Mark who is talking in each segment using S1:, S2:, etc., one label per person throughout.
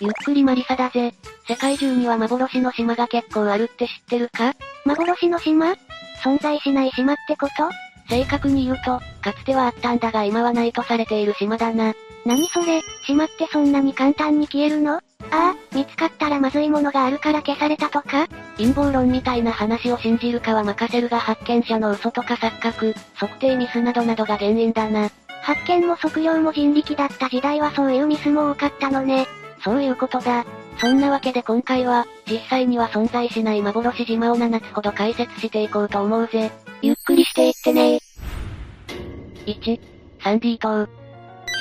S1: ゆっくりマリサだぜ。世界中には幻の島が結構あるって知ってるか幻の島存在しない島ってこと正確に言うと、かつてはあったんだが今はないとされている島だな。何それ、島ってそんなに簡単に消えるのああ、見つかったらまずいものがあるから消されたとか陰謀論みたいな話を信じるかは任せるが発見者の嘘とか錯覚、測定ミスなどなどが原因だな。発見も測量も人力だった時代はそういうミスも多かったのね。そういうことだ。そんなわけで今回は、実際には存在しない幻島を7つほど解説していこうと思うぜ。ゆっくりしていってね1、サンディ島。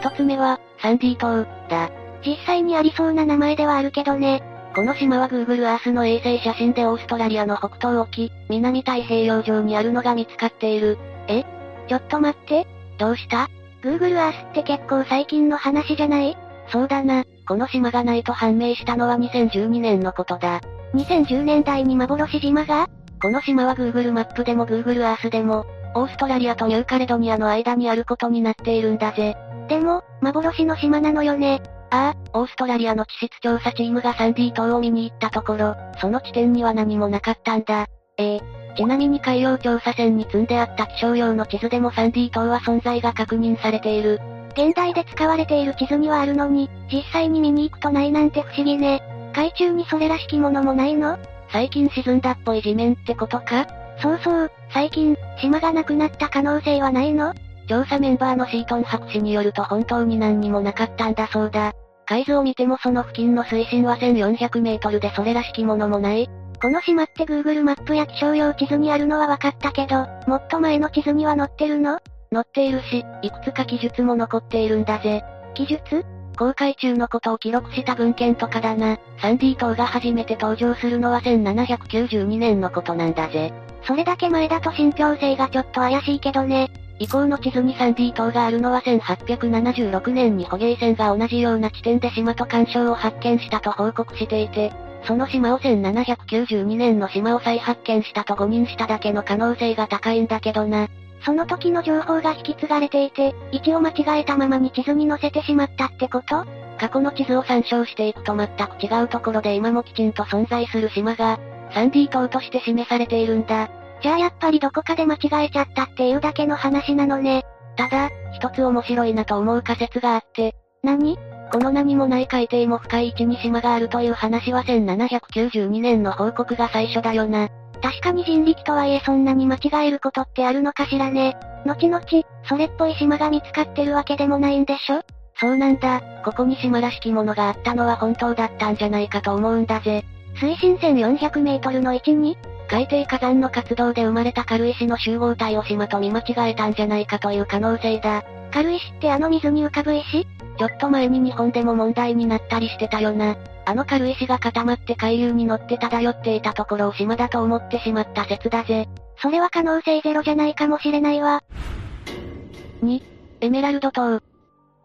S1: 一つ目は、サンディ島、だ。実際にありそうな名前ではあるけどね。この島は Google Earth の衛星写真でオーストラリアの北東沖、南太平洋上にあるのが見つかっている。えちょっと待って。どうした ?Google Earth って結構最近の話じゃないそうだな。この島がないと判明したのは2012年のことだ。2010年代に幻島がこの島は Google マップでも Google Earth でも、オーストラリアとニューカレドニアの間にあることになっているんだぜ。でも、幻の島なのよね。ああ、オーストラリアの地質調査チームがサンディ島を見に行ったところ、その地点には何もなかったんだ。ええ。ちなみに海洋調査船に積んであった気象用の地図でもサンディ島は存在が確認されている。現代で使われている地図にはあるのに、実際に見に行くとないなんて不思議ね。海中にそれらしきものもないの最近沈んだっぽい地面ってことかそうそう、最近、島がなくなった可能性はないの調査メンバーのシートン博士によると本当に何にもなかったんだそうだ。海図を見てもその付近の水深は1400メートルでそれらしきものもない。この島って Google マップや気象用地図にあるのは分かったけど、もっと前の地図には載ってるの載っているし、いくつか記述も残っているんだぜ。記述公開中のことを記録した文献とかだな。サンディ島が初めて登場するのは1792年のことなんだぜ。それだけ前だと信憑性がちょっと怪しいけどね。以降の地図にサンディ島があるのは1876年に捕鯨船が同じような地点で島と干渉を発見したと報告していて、その島を1792年の島を再発見したと誤認しただけの可能性が高いんだけどな。その時の情報が引き継がれていて、位置を間違えたままに地図に載せてしまったってこと過去の地図を参照していくと全く違うところで今もきちんと存在する島が、サンディ島として示されているんだ。じゃあやっぱりどこかで間違えちゃったっていうだけの話なのね。ただ、一つ面白いなと思う仮説があって。何この何もない海底も深い位置に島があるという話は1792年の報告が最初だよな。確かに人力とはいえそんなに間違えることってあるのかしらね。後々、それっぽい島が見つかってるわけでもないんでしょそうなんだ。ここに島らしきものがあったのは本当だったんじゃないかと思うんだぜ。水深1400メートルの位置に海底火山の活動で生まれた軽石の集合体を島と見間違えたんじゃないかという可能性だ。軽石ってあの水に浮かぶ石ちょっと前に日本でも問題になったりしてたよな。あの軽石が固まって海流に乗って漂っていたところを島だと思ってしまった説だぜ。それは可能性ゼロじゃないかもしれないわ。2、エメラルド島。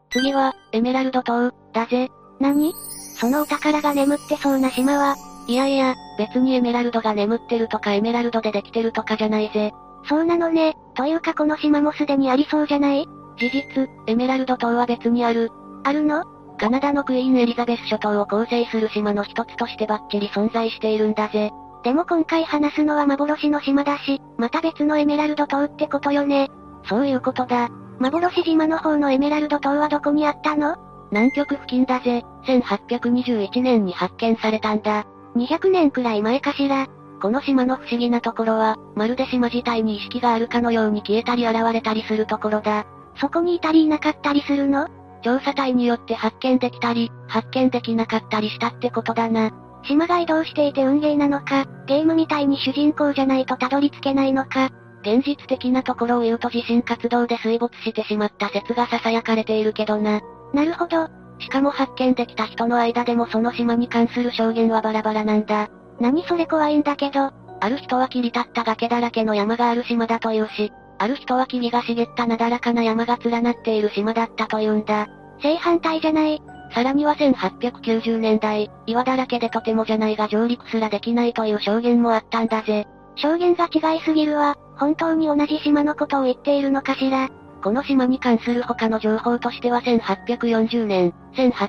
S1: 次は、エメラルド島、だぜ。何そのお宝が眠ってそうな島は、いやいや、別にエメラルドが眠ってるとかエメラルドでできてるとかじゃないぜ。そうなのね、というかこの島もすでにありそうじゃない事実、エメラルド島は別にある。あるのカナダのクイーンエリザベス諸島を構成する島の一つとしてバッチリ存在しているんだぜ。でも今回話すのは幻の島だし、また別のエメラルド島ってことよね。そういうことだ。幻島の方のエメラルド島はどこにあったの南極付近だぜ。1821年に発見されたんだ。200年くらい前かしら。この島の不思議なところは、まるで島自体に意識があるかのように消えたり現れたりするところだ。そこにいたりいなかったりするの調査隊によって発見できたり、発見できなかったりしたってことだな。島が移動していて運ゲーなのか、ゲームみたいに主人公じゃないとたどり着けないのか、現実的なところを言うと地震活動で水没してしまった説が囁かれているけどな。なるほど。しかも発見できた人の間でもその島に関する証言はバラバラなんだ。何それ怖いんだけど。ある人は切り立った崖だらけの山がある島だというし、ある人は木々が茂ったなだらかな山が連なっている島だったというんだ。正反対じゃない。さらには1890年代、岩だらけでとてもじゃないが上陸すらできないという証言もあったんだぜ。証言が違いすぎるわ。本当に同じ島のことを言っているのかしら。この島に関する他の情報としては1840年、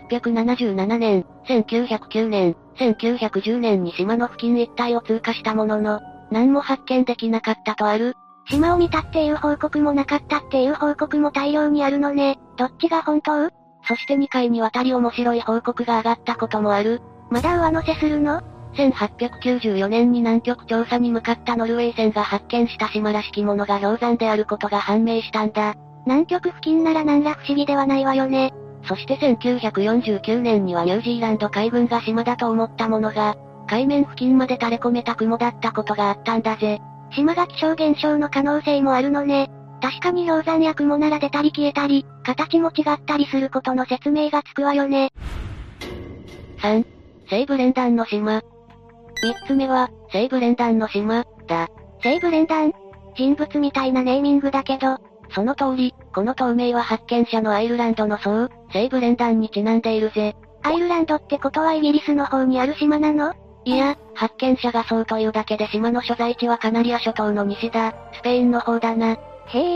S1: 1877年、1909年、1910年に島の付近一帯を通過したものの、何も発見できなかったとある。島を見たっていう報告もなかったっていう報告も大量にあるのね。どっちが本当そして2回にわたり面白い報告が上がったこともある。まだ上乗せするの ?1894 年に南極調査に向かったノルウェー船が発見した島らしきものが氷山であることが判明したんだ。南極付近なら何ら不思議ではないわよね。そして1949年にはニュージーランド海軍が島だと思ったものが、海面付近まで垂れ込めた雲だったことがあったんだぜ。島が気象現象の可能性もあるのね。確かに氷山や雲なら出たり消えたり、形も違ったりすることの説明がつくわよね。3. 西部連弾の島。3つ目は、西部連弾の島、だ。西部連弾人物みたいなネーミングだけど、その通り、この透明は発見者のアイルランドの層、西部連弾にちなんでいるぜ。アイルランドってことはイギリスの方にある島なのいや、発見者がそうというだけで島の所在地はカナリア諸島の西だ、スペインの方だな。へ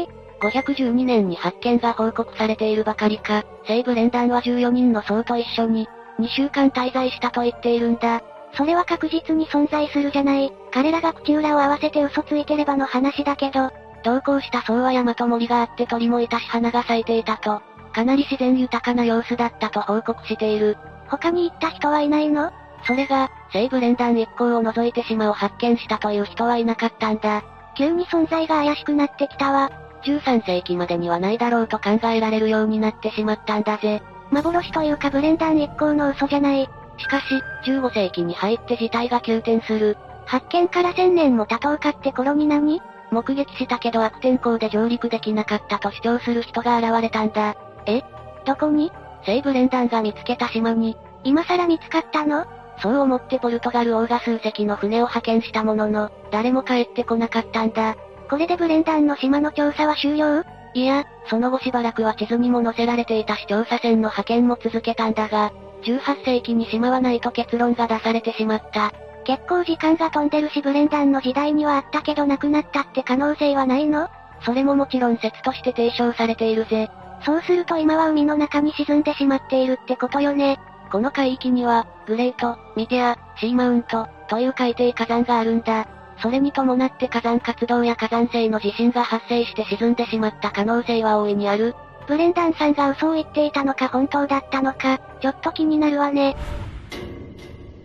S1: え。512年に発見が報告されているばかりか、西部連弾は14人の僧と一緒に、2週間滞在したと言っているんだ。それは確実に存在するじゃない。彼らが口裏を合わせて嘘ついてればの話だけど、同行した僧は山と森があって鳥もいたし花が咲いていたと、かなり自然豊かな様子だったと報告している。他に行った人はいないのそれが、西部連弾一行を除いて島を発見したという人はいなかったんだ。急に存在が怪しくなってきたわ。13世紀までにはないだろうと考えられるようになってしまったんだぜ。幻というかブレンダン一行の嘘じゃない。しかし、15世紀に入って事態が急転する。発見から1000年も経とうかって頃に何目撃したけど悪天候で上陸できなかったと主張する人が現れたんだ。えどこに西部連弾が見つけた島に。今更見つかったのそう思ってポルトガル王が数隻の船を派遣したものの、誰も帰ってこなかったんだ。これでブレンダンの島の調査は終了いや、その後しばらくは地図にも載せられていたし調査船の派遣も続けたんだが、18世紀に島はないと結論が出されてしまった。結構時間が飛んでるしブレンダンの時代にはあったけどなくなったって可能性はないのそれももちろん説として提唱されているぜ。そうすると今は海の中に沈んでしまっているってことよね。この海域には、グレート、ミテア、シーマウント、という海底火山があるんだ。それに伴って火山活動や火山性の地震が発生して沈んでしまった可能性は大いにある。ブレンダンさんが嘘を言っていたのか本当だったのか、ちょっと気になるわね。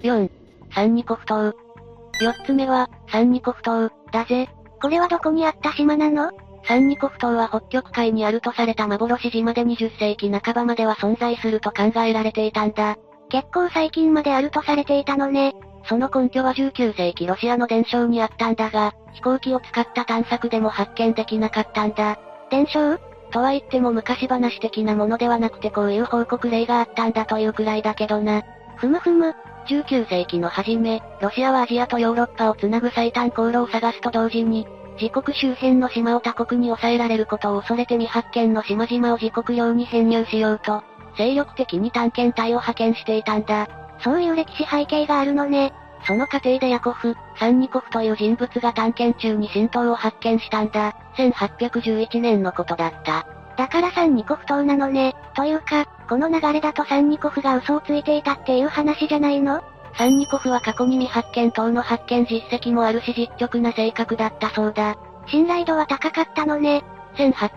S1: 4. 三ニコフ島。4つ目は、三ニコフ島、だぜ。これはどこにあった島なの三ニコフ島は北極海にあるとされた幻島で20世紀半ばまでは存在すると考えられていたんだ。結構最近まであるとされていたのね。その根拠は19世紀ロシアの伝承にあったんだが、飛行機を使った探索でも発見できなかったんだ。伝承とは言っても昔話的なものではなくてこういう報告例があったんだというくらいだけどな。ふむふむ。19世紀の初め、ロシアはアジアとヨーロッパをつなぐ最短航路を探すと同時に、自国周辺の島を他国に抑えられることを恐れて未発見の島々を自国領に編入しようと、精力的に探検隊を派遣していたんだ。そういう歴史背景があるのね。その過程でヤコフ、サンニコフという人物が探検中に神道を発見したんだ。1811年のことだった。だからサンニコフ島なのね。というか、この流れだとサンニコフが嘘をついていたっていう話じゃないのサンニコフは過去に未発見等の発見実績もあるし実直な性格だったそうだ。信頼度は高かったのね。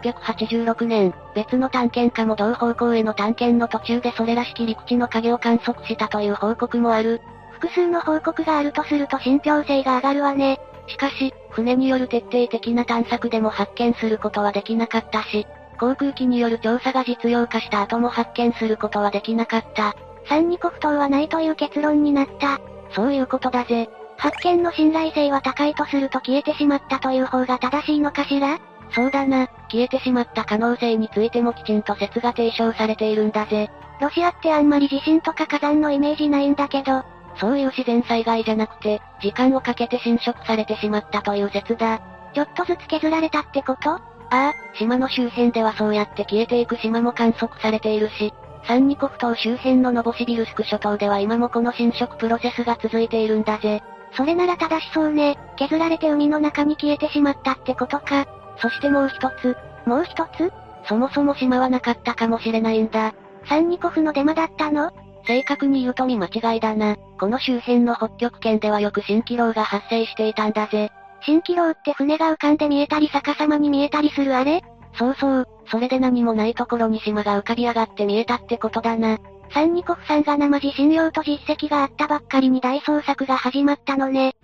S1: 1886年、別の探検家も同方向への探検の途中でそれらしき陸地の影を観測したという報告もある。複数の報告があるとすると信憑性が上がるわね。しかし、船による徹底的な探索でも発見することはできなかったし、航空機による調査が実用化した後も発見することはできなかった。サンニコフ島はないという結論になった。そういうことだぜ。発見の信頼性は高いとすると消えてしまったという方が正しいのかしらそうだな、消えてしまった可能性についてもきちんと説が提唱されているんだぜ。ロシアってあんまり地震とか火山のイメージないんだけど、そういう自然災害じゃなくて、時間をかけて侵食されてしまったという説だ。ちょっとずつ削られたってことああ、島の周辺ではそうやって消えていく島も観測されているし、サンニコフ島周辺のノボシビルスク諸島では今もこの侵食プロセスが続いているんだぜ。それなら正しそうね。削られて海の中に消えてしまったってことか。そしてもう一つ。もう一つそもそも島はなかったかもしれないんだ。サンニコフのデマだったの正確に言うと見間違いだな。この周辺の北極圏ではよく蜃気楼が発生していたんだぜ。蜃気楼って船が浮かんで見えたり逆さまに見えたりするあれそうそう、それで何もないところに島が浮かび上がって見えたってことだな。サンニコフさんが生地信用と実績があったばっかりに大捜索が始まったのね。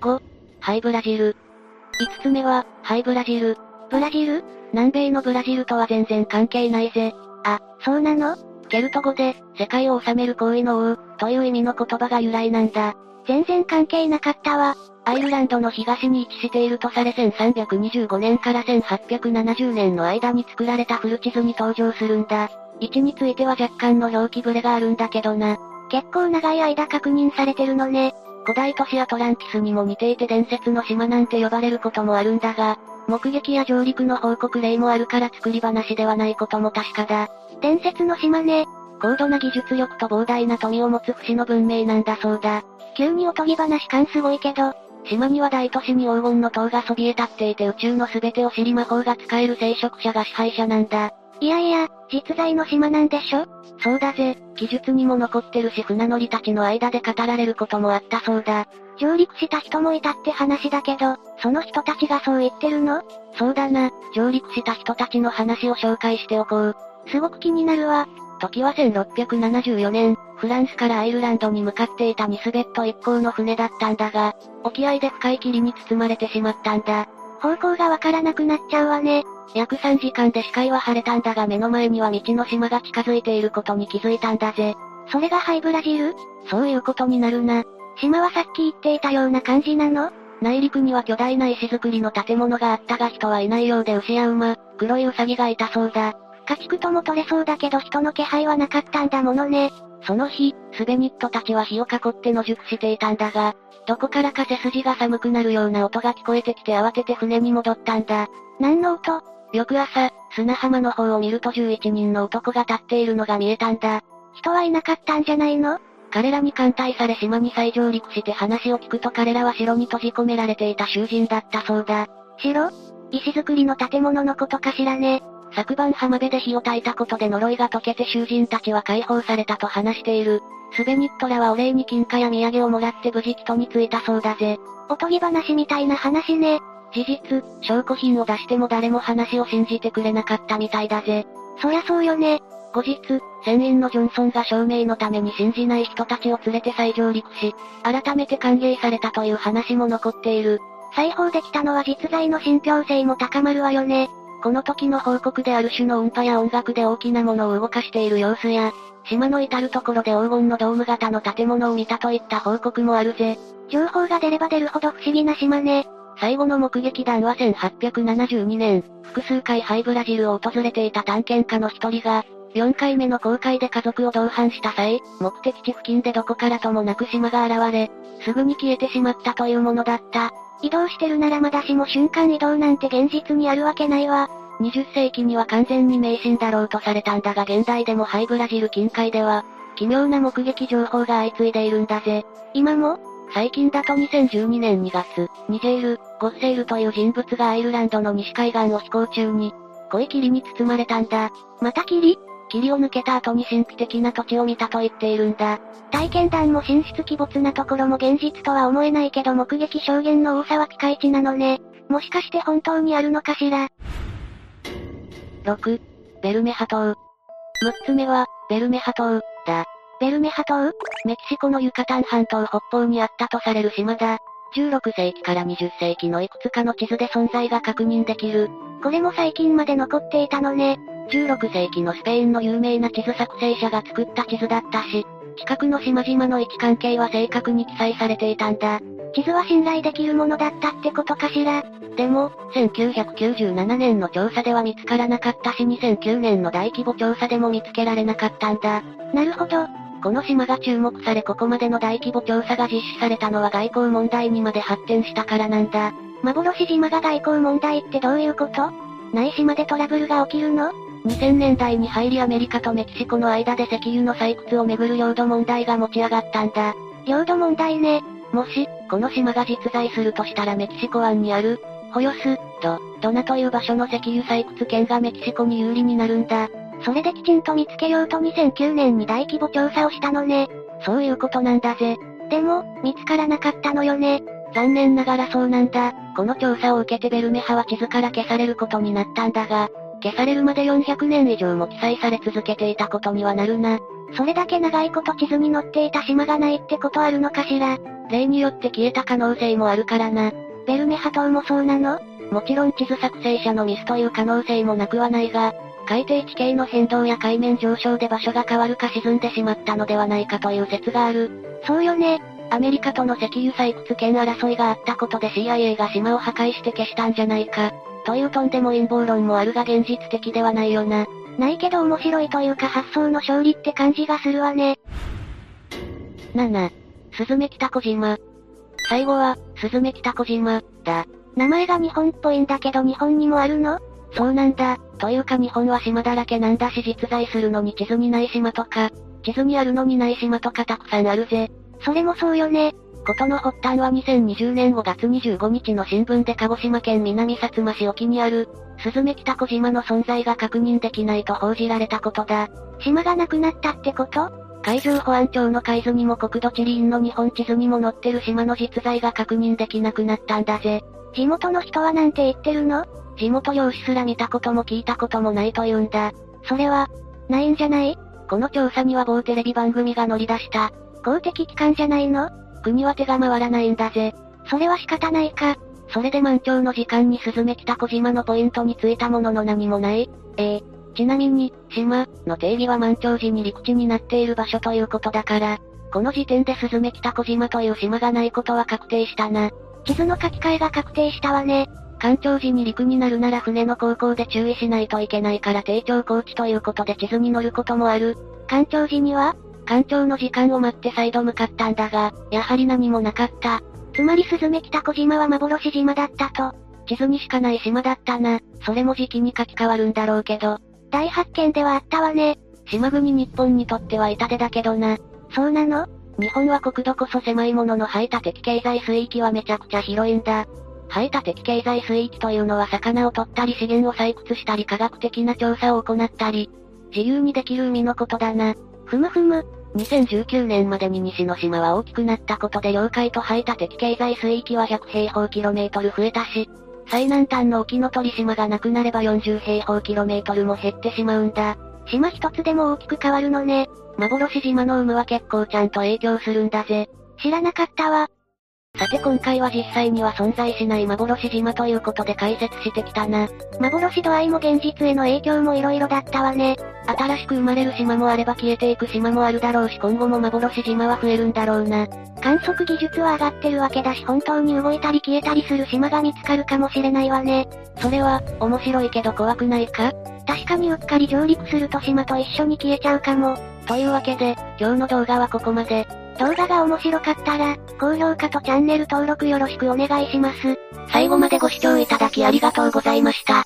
S1: 5、ハイブラジル。5つ目は、ハイブラジル。ブラジル南米のブラジルとは全然関係ないぜ。あ、そうなのケルト語で、世界を治める行為の王、という意味の言葉が由来なんだ。全然関係なかったわ。アイルランドの東に位置しているとされ1325年から1870年の間に作られた古地図に登場するんだ。位置については若干の表記ブレがあるんだけどな。結構長い間確認されてるのね。古代都市アトランティスにも似ていて伝説の島なんて呼ばれることもあるんだが、目撃や上陸の報告例もあるから作り話ではないことも確かだ。伝説の島ね。高度な技術力と膨大な富を持つ不死の文明なんだそうだ。急におとぎ話感すごいけど、島には大都市に黄金の塔がそびえ立っていて宇宙の全てを知り魔法が使える聖職者が支配者なんだ。いやいや、実在の島なんでしょそうだぜ、記述にも残ってるし船乗りたちの間で語られることもあったそうだ。上陸した人もいたって話だけど、その人たちがそう言ってるのそうだな、上陸した人たちの話を紹介しておこう。すごく気になるわ。時は1674年、フランスからアイルランドに向かっていたニスベット一行の船だったんだが、沖合で深い霧に包まれてしまったんだ。方向がわからなくなっちゃうわね。約3時間で視界は晴れたんだが目の前には道の島が近づいていることに気づいたんだぜ。それがハイブラジルそういうことになるな。島はさっき言っていたような感じなの内陸には巨大な石造りの建物があったが人はいないようで牛や馬、黒いウサギがいたそうだ。家畜とも取れそうだけど人の気配はなかったんだものね。その日、スベニットたちは火を囲って野宿していたんだが、どこからか背筋が寒くなるような音が聞こえてきて慌てて船に戻ったんだ。何の音翌朝、砂浜の方を見ると11人の男が立っているのが見えたんだ。人はいなかったんじゃないの彼らに艦隊され島に再上陸して話を聞くと彼らは城に閉じ込められていた囚人だったそうだ。城石造りの建物のことかしらね。昨晩浜辺で火を焚いたことで呪いが解けて囚人たちは解放されたと話している。スベニットらはお礼に金貨や土産をもらって無事人に着いたそうだぜ。おとぎ話みたいな話ね。事実、証拠品を出しても誰も話を信じてくれなかったみたいだぜ。そりゃそうよね。後日、船員のジョンソンが証明のために信じない人たちを連れて再上陸し、改めて歓迎されたという話も残っている。再放できたのは実在の信憑性も高まるわよね。この時の報告である種の音波や音楽で大きなものを動かしている様子や、島の至る所で黄金のドーム型の建物を見たといった報告もあるぜ。情報が出れば出るほど不思議な島ね。最後の目撃談は1872年、複数回ハイブラジルを訪れていた探検家の一人が、4回目の航海で家族を同伴した際、目的地付近でどこからともなく島が現れ、すぐに消えてしまったというものだった。移動してるならまだしも瞬間移動なんて現実にあるわけないわ。20世紀には完全に迷信だろうとされたんだが現代でもハイブラジル近海では、奇妙な目撃情報が相次いでいるんだぜ。今も最近だと2012年2月、ニジェール、ゴッセールという人物がアイルランドの西海岸を飛行中に、濃い霧に包まれたんだ。また霧霧を抜けた後に神秘的な土地を見たと言っているんだ。体験談も神出鬼没なところも現実とは思えないけど目撃証言の多さはピカイチなのね。もしかして本当にあるのかしら。6、ベルメハ島。6つ目は、ベルメハ島、だ。ベルメハ島メキシコのユカタン半島北方にあったとされる島だ。16世紀から20世紀のいくつかの地図で存在が確認できる。これも最近まで残っていたのね。16世紀のスペインの有名な地図作成者が作った地図だったし、近くの島々の位置関係は正確に記載されていたんだ。地図は信頼できるものだったってことかしら。でも、1997年の調査では見つからなかったし2009年の大規模調査でも見つけられなかったんだ。なるほど。この島が注目されここまでの大規模調査が実施されたのは外交問題にまで発展したからなんだ。幻島が外交問題ってどういうことない島でトラブルが起きるの2000年代に入りアメリカとメキシコの間で石油の採掘をめぐる領土問題が持ち上がったんだ。領土問題ね。もし、この島が実在するとしたらメキシコ湾にある、ホヨス、ド、ドナという場所の石油採掘権がメキシコに有利になるんだ。それできちんと見つけようと2009年に大規模調査をしたのね。そういうことなんだぜ。でも、見つからなかったのよね。残念ながらそうなんだ。この調査を受けてベルメハは地図から消されることになったんだが、消されるまで400年以上も記載され続けていたことにはなるな。それだけ長いこと地図に載っていた島がないってことあるのかしら。例によって消えた可能性もあるからな。ベルメハ島もそうなのもちろん地図作成者のミスという可能性もなくはないが、海底地形の変動や海面上昇で場所が変わるか沈んでしまったのではないかという説がある。そうよね。アメリカとの石油採掘権争いがあったことで CIA が島を破壊して消したんじゃないか。というとんでも陰謀論もあるが現実的ではないよな。ないけど面白いというか発想の勝利って感じがするわね。7、スズメ北小島。最後は、スズメ北小島、だ。名前が日本っぽいんだけど日本にもあるのそうなんだ。というか日本は島だらけなんだし実在するのに地図にない島とか、地図にあるのにない島とかたくさんあるぜ。それもそうよね。ことの発端は2020年5月25日の新聞で鹿児島県南薩摩市沖にある、スズメ北小島の存在が確認できないと報じられたことだ。島がなくなったってこと海上保安庁の海図にも国土地理院の日本地図にも載ってる島の実在が確認できなくなったんだぜ。地元の人はなんて言ってるの地元漁師すら見たことも聞いたこともないというんだ。それは、ないんじゃないこの調査には某テレビ番組が乗り出した。公的機関じゃないの国は手が回らないんだぜ。それは仕方ないか。それで満潮の時間にスズメ北小島のポイントに着いたものの何もない。ええちなみに、島の定義は満潮時に陸地になっている場所ということだから、この時点でスズメ北小島という島がないことは確定したな。地図の書き換えが確定したわね。干潮時に陸になるなら船の航行で注意しないといけないから定潮高地ということで地図に乗ることもある。干潮時には干潮の時間を待って再度向かったんだが、やはり何もなかった。つまりスズメ北小島は幻島だったと。地図にしかない島だったな。それも時期に書き換わるんだろうけど。大発見ではあったわね。島国日本にとっては痛手だけどな。そうなの日本は国土こそ狭いものの排他的経済水域はめちゃくちゃ広いんだ。排他的経済水域というのは魚を取ったり資源を採掘したり科学的な調査を行ったり、自由にできる海のことだな。ふむふむ。2019年までに西之島は大きくなったことで領海と排他的経済水域は100平方キロメートル増えたし、最南端の沖ノ鳥島がなくなれば40平方キロメートルも減ってしまうんだ。島一つでも大きく変わるのね。幻島の有無は結構ちゃんと影響するんだぜ。知らなかったわ。さて今回は実際には存在しない幻島ということで解説してきたな。幻度合いも現実への影響も色々だったわね。新しく生まれる島もあれば消えていく島もあるだろうし今後も幻島は増えるんだろうな。観測技術は上がってるわけだし本当に動いたり消えたりする島が見つかるかもしれないわね。それは、面白いけど怖くないか確かにうっかり上陸すると島と一緒に消えちゃうかも。というわけで、今日の動画はここまで。動画が面白かったら、高評価とチャンネル登録よろしくお願いします。最後までご視聴いただきありがとうございました。